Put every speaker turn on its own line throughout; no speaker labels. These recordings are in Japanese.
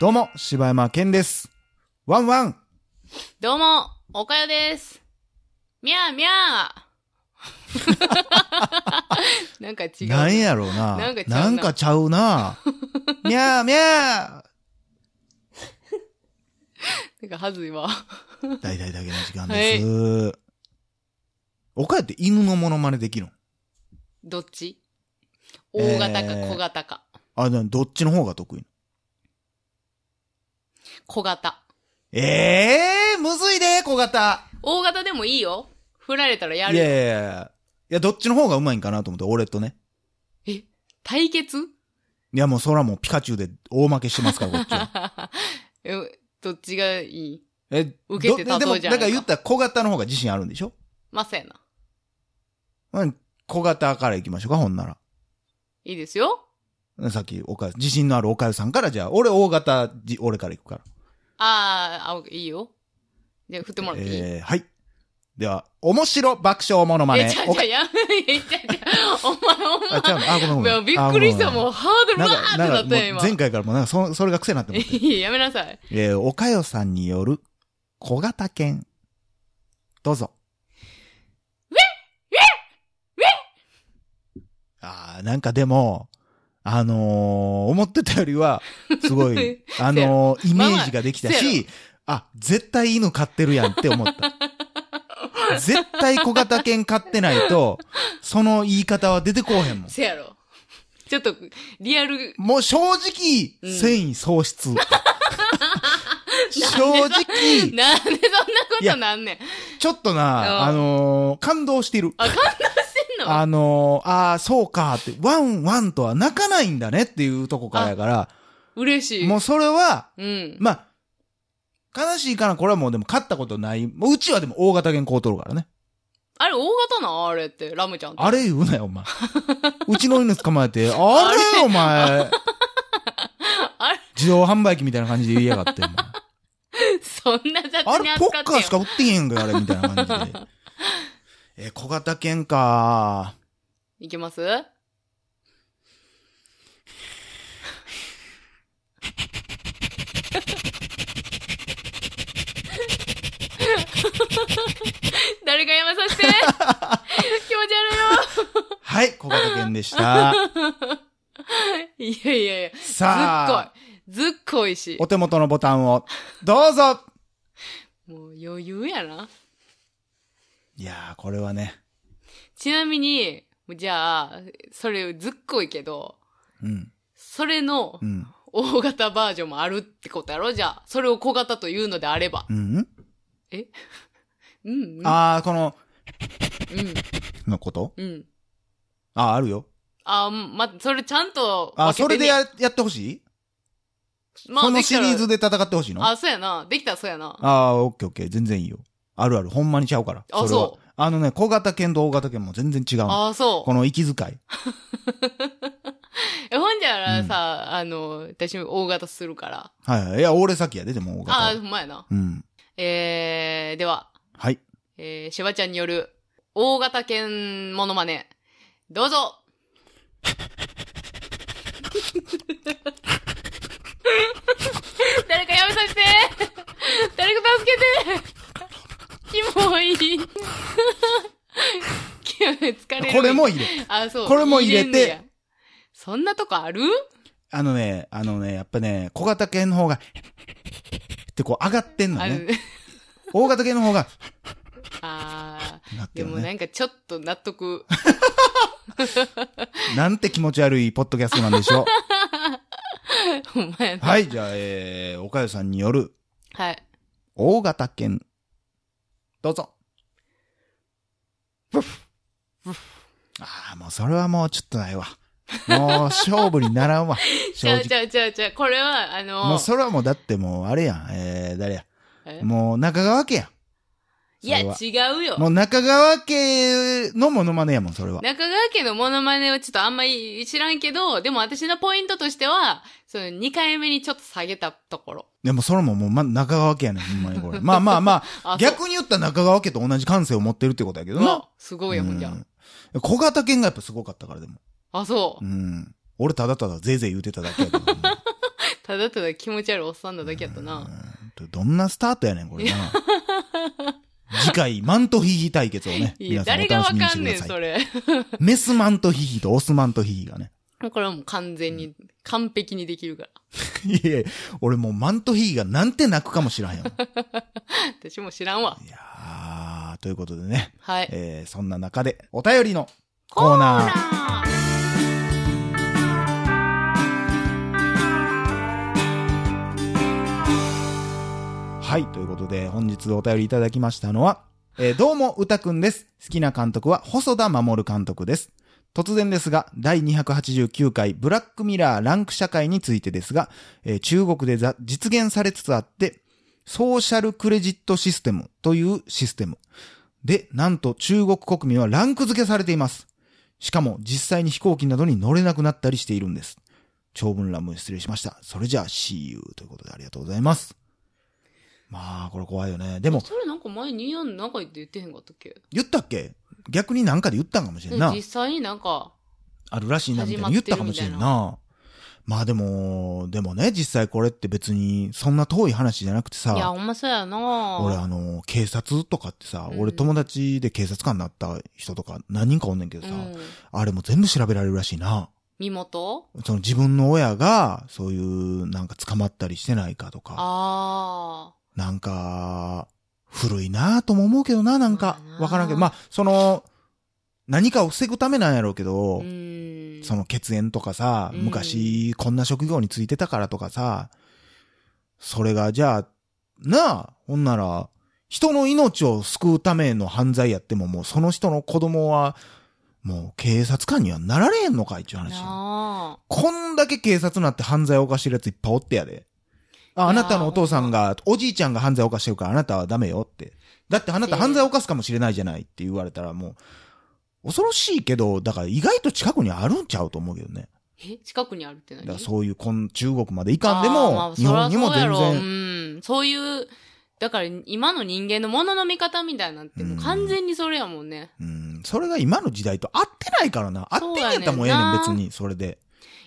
どうも、柴山健です。ワンワン
どうも、おかよです。みゃーみゃ ーなんか違う。
なんやろうな。
なんかちゃうな
なんかちゃう な。みゃーみゃ
なんかはずいわ。
ー大々だけの時間です。岡谷って犬のモノマネできるの
どっち
えー
大型か小型か。
あ、でもどっちの方が得意
小型。
ええー、むずいで、小型。
大型でもいいよ。振られたらや
いや
る。
いやいや。いや、どっちの方がうまいんかなと思って、俺とね。
対決
いや、もうそらもうピカチュウで大負けしてますから、こっちは。
えどっちがいい
え、
受けて
ど
立とうじゃ
でも、だ
な
か
いから
言ったら小型の方が自信あるんでしょ
まさやな。
うん、小型から行きましょうか、ほんなら。
いいですよ。
うんさっき、おかゆ、自信のあるおかゆさんから、じゃあ、俺大型、じ俺から行くから。
あー、あ、いいよ。じゃあ振ってもらっていい、
え
え
ー、はい。では、面白爆笑モノマネ
ち。ゃう
お
ち
か
ゃう、やめ、いやちゃうちゃう、お前
あ、ちゃうのあ、ごめんご
お
め
前。
ん。
びっくりし
あ
た、
ごめん
もう、ハードル
ごめ
わ
ん
ーっ
な
て
ん
な
か、な
っ
ん
た
か、
よ、
もう
今。
前回からもうなんかそ、それが癖になってもうて。
いややめなさい。
えー、おかよさんによる小型犬。どうぞ。ああ、なんかでも、あのー思ってたよりは、すご
せ
い
や、
あのーイメージができた
まあまあせ
し、あ、絶対犬飼ってるやんって思った。 絶対小型犬飼ってないと、その言い方は出てこうへんもん。
せやろ。ちょっと、リアル、
もう正直、
うん
繊維喪 失。正直、
なんでそんなことなんねん。
ちょっとな、あ
うん
のー感動してる。
あ、感動してんの
あのーああ、そうかって、ワンワンとは泣かないんだねっていうとこからやから、
嬉しい。
もうそれは、
うん。
まあ、悲しいかな、これはもうでも勝ったことない。もううちはでも大型犬こうとるからね。
あれ、大型なんあれって、ラムちゃんって。
あれ言うなよ、お 前。うちの犬捕まえて、 あれお前、
あれ、
自動販売機みたいな感じで言いやが って、お前
そんな雑
あ
に
れ、
扱
ポ
って
ッカーしか売ってへんが、あれ、みたいな感 じで。え、小型犬か。
いけますあ誰かやめさせて 気持ち
はい、小型犬でした。
悪 いよいやいやいや。
さあ、
ずっこい。ずっこいし
お。手元のボタンを、どうぞ
もう余裕やな。
いやー、これはね。
ちなみに、じゃあ、それずっこいけど、
うん。
それの
うん。
大型バージョンもあるってことやろじゃあ、それを小型というのであれば。
うん、
うん、うん、
あー、この、
うん、
のこと
うん。
あー、あるよ。
あ、ま、それちゃんと
あー、
分け
そ
て
れ
ね、
でや、やってほしい
まあ
その
でき
シ
たら
リーズで戦ってほしいのあ
あ、そうやな。できたらそうやな。
あー、オッケーオッケー。全然いいよ。あるある。ほんまにちゃうから。
あ、
れは
そう。
あのね、小型犬と大型犬も全然違うの。
あ、そう
こ。の息遣い。
え、ほんじゃ
う
ら
ん
さ、あの、私も大型するから。
はいはい。いや、俺先やで、でも大型
あ、
は。
ほんまやな。
うん。
えー、では、
はい。
えー、しばちゃんによる、大型犬モノマネ。どうぞ 誰かやめさせて誰か助けてキモい キモい疲れる。
これも入れ。
あ、そう。
これも入れて
んねや。そんなとこある
あのね、あのね、やっぱね、小型犬の方が、 ってこう上がってんの
あ
ね。
る。
大型犬の方が、
あー
なって
で
る
も
ね。
なんかちょっと納得。
なんて気持ち悪いポッドキャストなんでしょう。
ほんまやな。
はい、じゃあ、えー、おかゆさんによる、
はい。
大型犬。どうぞ。ああ、もうそれはもうちょっとないわ。もう勝負にならんわ。
ち
正
ゃう
直
ち。ゃうちゃうちゃう。これは、あの、
もうそれはもうだってもうあれやん。えー、誰や。
え
もう中川家や
いや、
それは
違うよ
ん。も。う中川家のモノマネやもん、それは。
中川家のモノマネはちょっとあんまり知らんけど、でも私のポイントとしては、その2回目にちょっと下げたところ。
でもそれももう、ま、中川家やねん、ほんまにこれ。まあまあまあ、
あ、
逆に言ったら中川家と同じ感性を持ってるってことやけど
そうう
な
わ。すごいよ、ほんじゃ
う。ん小型犬がやっぱすごかったからでも。
あ、そう
う。ん。俺ただただぜいぜい言うてただけや けどな
ただただ気持ち悪いおっさんだだけやった
う
な。
んどんなスタートやねん、これ な。次回、マントヒヒ対決をね、
いや、
皆さんお
誰が
楽
わ
しみに
か
して
ん
く
ねん、
ださ
そ
い。
れ。
メスマントヒヒとオスマントヒヒがね。
これはもう完全に、完璧にできるから。
いやいや俺もうマントヒヒがなんて泣くかもしらん よ。
私も知らんわ。
いやー、ということでね、
はい。
えーそんな中で、お便りのコーナー。
ナー
はい、ということで、本日お便りいただきましたのは、えーどうも、歌くんです。好きな監督は、細田守監督です。突然ですが、第289回、ブラックミラーランク社会についてですが、えー中国でざ実現されつつあって、ソーシャルクレジットシステムというシステム。で、なんと中国国民はランク付けされています。しかも、実際に飛行機などに乗れなくなったりしているんです。長文乱文失礼しました。それじゃあ、See you ということでありがとうございます。まあ、これ怖いよね。でも、
それなんか前にやんなんか言って言ってへんかったっけ
言ったっけ逆になんかで言ったんかもしれんな。
実際になんか、
あるらしいな、みたいな言ったかもしれん
始
な。まあでも、でもね、実際これって別に、そんな遠い話じゃなくて
いや、
さ、
ほんまそうやな
俺あの、警察とかってさ、
うん
俺友達で警察官になった人とか何人かおんねんけど
う
さ、
ん。
あれも全部調べられるらしいな。
身元
その自分の親が、そういう、なんか捕まったりしてないかとか、
あ
なんか、古いなぁとも思うけどな、なんか
まあ、な
わからんけど、まあ、その、何かを防ぐためなんやろうけ
あ。
ど、
うん。
その血縁とかさ、
うん
昔こんな職業についてたからとかさ、それがじゃあ、なあ、ほんなら、人の命を救うための犯罪やってももうその人の子供は、もう警察官にはなられへんのかいっていう話よ。
なあ。
こんだけ警察なって犯罪を犯してるやついっぱいおってやで。
いや
あ、
ー
あなたのお父さんが、おじいちゃんが犯罪を犯してるからあなたはダメよって。だってあなた
ええ
犯罪を犯すかもしれないじゃないって言われたらもう、恐ろしいけど、だから意外と近くにあるんちゃうと思うけどね。
え近くにあるって
だから
何
そういうこん中国まで行かんで
あーま
も、
あ
日本にも
そら
全
そうやろ
然、
うん。そういう、だから今の人間のものの見方みたいなんて、もう完全にそれやもんね。
うん、それが今の時代と合ってないからな。合ってんやったらもうええ
そうや
ね
ねん
ん、
な
別に、それで。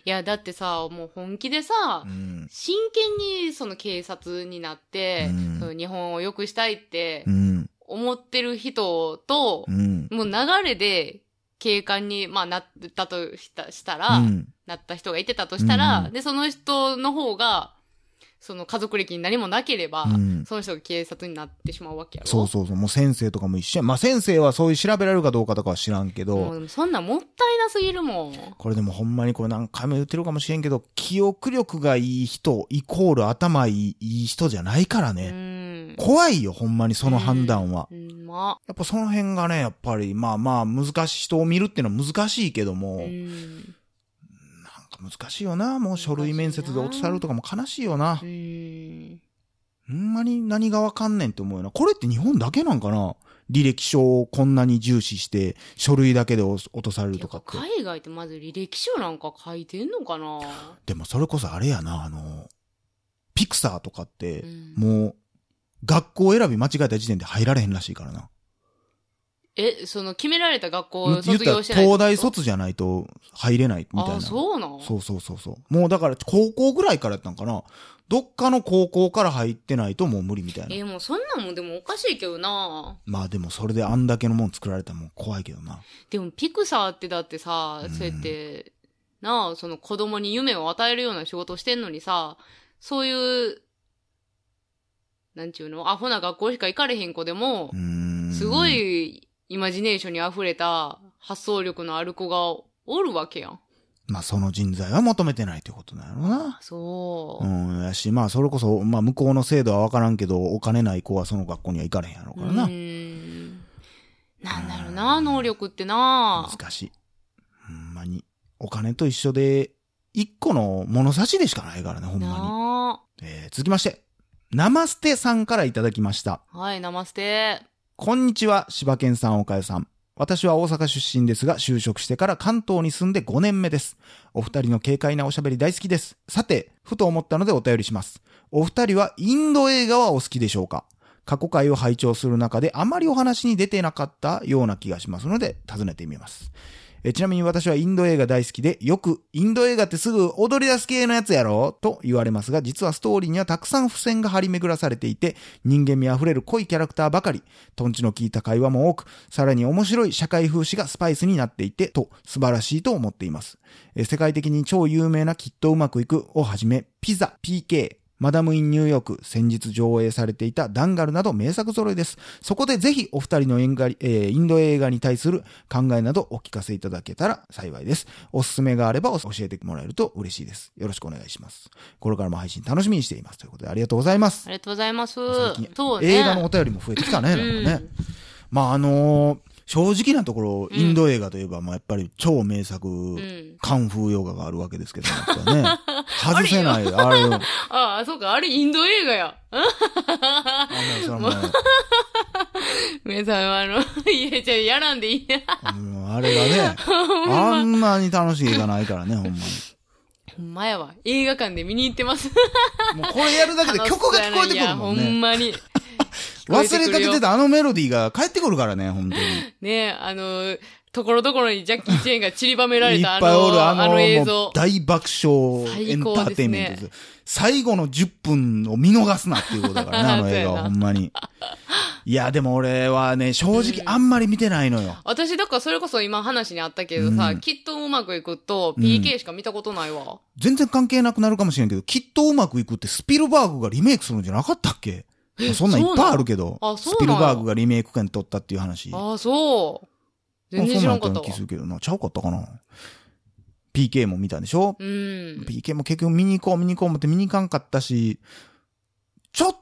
いや、だってさ、もう本気でさ
う、ん。
真剣にその警察になって、
うん
その日本を良くしたいって
うん。
思ってる人と
う、ん。
もう流れで警官に、まあ、なったとしたしたら、
うん。
なった人がいてたとしたら、
うん
で、その人の方が、その家族歴に何もなければ、
うん
その人が警察になってしまうわけやろ。
そうそうそう。もう先生とかも一緒や。まあ先生はそういう調べられるかどうかとかは知らんけど、
もうそんなんもったいなすぎるもん。
これでもほんまにこれ何回も言ってるかもしれんけど、記憶力がいい人イコール頭いいいい人じゃないから
う
ね。
ん。
怖いよ、ほんまにその判断は。
うん、ま
やっぱその辺がね、やっぱり、まあまあ、難しい、人を見るっていうのは難しいけども、
あ。
な
う
ん
ん。
か難しいよな。もう書類面接で落とされるとかも悲しいよな。
うん。
ほんまに何がわかんねんって思うよな。これって日本だけなんかな履歴書をこんなに重視して、書類だけで落とされるとかって。
海外ってまず履歴書なんか書いてんのかな
でもそれこそあれやな、あの、ピクサーとかって、
うん
もう、学校選び間違えた時点で入られへんらしいからな。
え、その決められた学校
言
を
っ
卒
たら
業してないって
東
こと
大卒じゃないと入れないみたいな。
あ、そうなの
そうそうそうそう。もうだから高校ぐらいからやったんかな。どっかの高校から入ってないともう無理みたいな。
え、もうそんなんもでもおかしいけどな
まあでもそれであんだけのもん作られたらもう怖いけどな。
でもピクサーってだってさ、
うん
そうやって、なあ、その子供に夢を与えるような仕事をしてんのにさ、そういう、なんちゅうの、アホな学校しか行かれへん子でも
う、ーん。
すご。いイマジネーションに溢れた発想力のある子がおるわけやん。
まあその人材は求めてないということなんやろうな。
そうう。
ん、やし、まあそれこそ、まあ向こうの制度はわからんけど、お金ない子はその学校には行かれへんやろうからな。
ん。なんだろうな、能力ってな。
難しい。ほんまに。お金と一緒で、一個の物差しでしかないからね、ほんま
な
に。えー、続きまして、ナマステさんからいただきました。
あ。はい、ナマステ。
こんにちは、柴犬さん、岡代さん。私は大阪出身ですが、就職してから関東に住んで5年目です。お二人の軽快なおしゃべり大好きです。さて、ふと思ったのでお便りします。お二人はインド映画はお好きでしょうか過去回を拝聴する中であまりお話に出てなかったような気がしますので、尋ねてみます。えちなみに私はインド映画大好きで、よく、インド映画ってすぐ踊り出す系のやつやろと言われますが、実はストーリーにはたくさん付箋が張り巡らされていて、人間味あふれる濃いキャラクターばかり、トンチの効いた会話も多く、さらに面白い社会風刺がスパイスになっていて、と、素晴らしいと思っています。え世界的に超有名なきっとうまくいくをはじめ、ピザ、PK、マダム・イン・ニューヨーク、先日上映されていたダンガルなど名作揃いです。そこでぜひお二人の演歌えーインド映画に対する考えなどお聞かせいただけたら幸いです。おすすめがあれば教えてもらえると嬉しいです。よろしくお願いします。これからも配信楽しみにしています。ということでありがとうございます
あ。りがとうございます
最近。
そうね。
映画のお便りも増えてきたね、なんかね。まああのー正直なところ、
ん
インド映画といえば、まあやっぱり超名作、
ん
カンフーヨガがあるわけですけど、やっぱ ね、外せない、あれを。
ああ、そうか、あれインド映画や。
あもうそれもう
皆さん、あの、 いや、じゃあやらんでいいや。
うんあれがね、あんなに楽しい映画ないからね、ほんまに。
ほんまやわ。映画館で見に行ってます。
もうこれやるだけで曲が聞こえてくるもん
いやほん
ね。
まに。
忘れかけて
た。
たあのメロディーが帰ってくるからね、本当に。
ねえ、あの、ところどころにジャッキー・チェーンが散りばめられ、
いったぱ
あ
いおる、
の、
あ
あ
の、
の映
もう
像。
大爆笑エ
最
ンタ
高
ーテインメントです。最後の10分を見逃すなっていうことだからね、 あの映画は、ほんまに。いや、でも俺はね、正直あんまり見てないのよ。
私、だからそれこそ今話にあったけどさ、
うん
きっとうまくいくと、
うん
PK しか見たことないわ。
全然関係なくなるかもしれんけど、きっとうまくいくってスピルバーグがリメイクするんじゃなかったっけそんなんいっぱいあるけど
そうなのあ、そう
ス
なの
ピルバーグがリメイク権取ったっていう話。
ああ、そう。全然知らんかっ
あそんな
た
んやよう
わ
な気。するけどな。ちゃうかったかな。PK も見たんでしょ、
うん
?PK も結局見に行こう見に行こう思って見に行かんかったし、ちょっ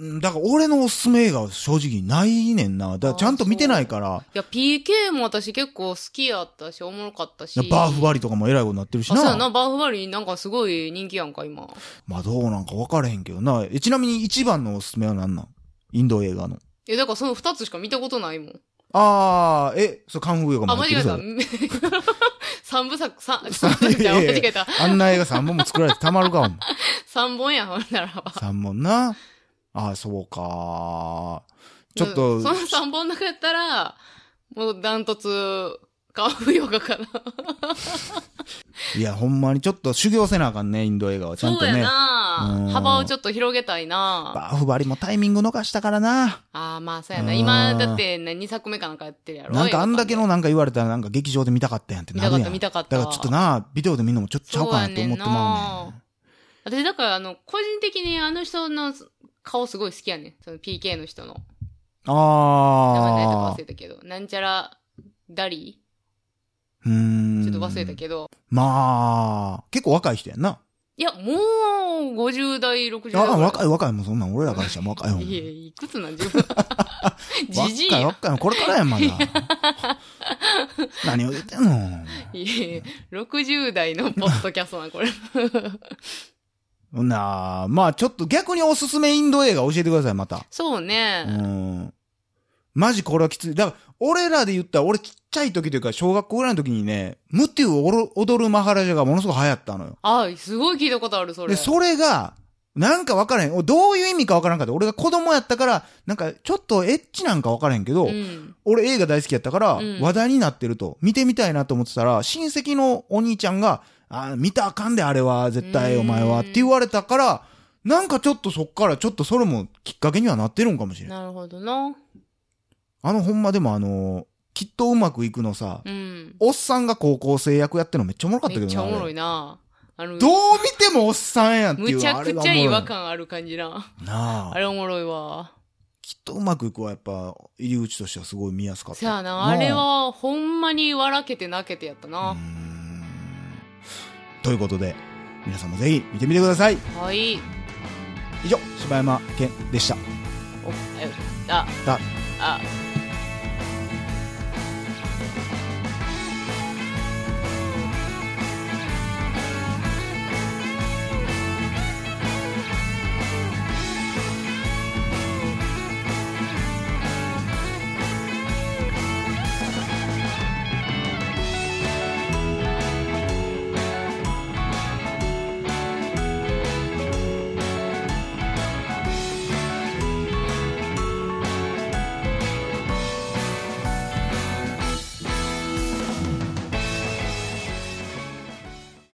うんだから俺のおすすめ映画は正直ないねんな。だからちゃんと見てないから、
いや、PK も私結構好きやったし、おもろかったし。
バーフ
バ
バリとかもえらいことになってるし
あ、そうや
な。
な、バーフバリなんかすごい人気やんか、今。
まあどうなんか分からへんけどな。えちなみに一番のおすすめは何なんインド映画の。
え、だからその二つしか見たことないもん。
あー、え、そう、カンフー映画も
あ、
入
間
って
違
る
え
そ
た
れ。。
三部作、 三、三部作じゃん
いやい
間
や
違えた。
あんな映画3本も 作られてたまるか、お前。
三本やん、ほんならば。
3本な。あー、そうかちょっと、
うんその三本の中やったら、もうダントツ、カンフーヨガかな。
いや、ほんまにちょっと修行せなあかんね、インド映画は。ちゃん
そ
と
うや
ね。うん
な幅をちょっと広げたいな
バーフバリもタイミング逃したからな。
ああ、まあ、そうやな。
うん
今、だって、ね、二作目かなんかやってるやろ。
なんかあんだけ
映
のなんか言われたらなんか劇場で見たかったやんってなるやん。
見たかった見た
だか
かった
らちょっとな、ビデオで見るのもちょっとちゃうかなって思ってまうねん。
画館。私、だから、あの、個人的にあの人の顔すごい好きやねん。その PK の人の。名前何やったか
あ
忘れたけど。なんちゃら、ダリ
ー。うーん。
ーちょっと忘れたけど。
まあ、結構若い人やんな。
いや、もう、50代、60
あ
代。
あ、若
い。
い若いもんそんなん俺らからしたら若い もん。
いや、いくつなん自分。じじ い
若い
や。
若いこれからやんまだ。 何を言ってんの
いやいや、60代のポッドキャストな、これ。
ほんなあまあちょっと逆におすすめインド映画教えてください、また。
そうね。
うん。マジこれはきつい。だから、俺らで言ったら、俺ちっちゃい時というか、小学校ぐらいの時にね、ムテュをおろ踊るマハラジャがものすごく流行ったのよ。
あ、すごい聞いたことある、それ。
で、それが、なんかわからへん。おどういう意味かわからんかった。俺が子供やったから、なんかちょっとエッチなんかわからへんけど、
うん。
俺映画大好きやったから
うん、
話題になってると、見てみたいなと思ってたら、親戚のお兄ちゃんが、あー見たらあかんで、あれは、絶対
うん
お前は、って言われたから、なんかちょっとそっから、ちょっとそれもきっかけにはなってるんかもしれん。
なるほどな。
あのほんまでもあのーきっとうまくいくのさ、
うん。
おっさんが高校生役やってるのめっちゃおもろかったけ
め
ど
っ
な。
ちゃおもろい
あ
な。あの
れどう見てもおっさんやんっていう。
むちゃくちゃ
あれがおも
違
ろ
和
い
感ある感じな。
な
あ
あ。
れおもろいわ。
きっとうまくいくはやっぱ、入り口としてはすごい見やすかった。
せやな、あれはほんまに笑けて泣けてやった
あ。うー
な。
んということで、皆さんもぜひ見てみてください。
はい。
以上、柴山健でした。
お、あ、
だ
あ、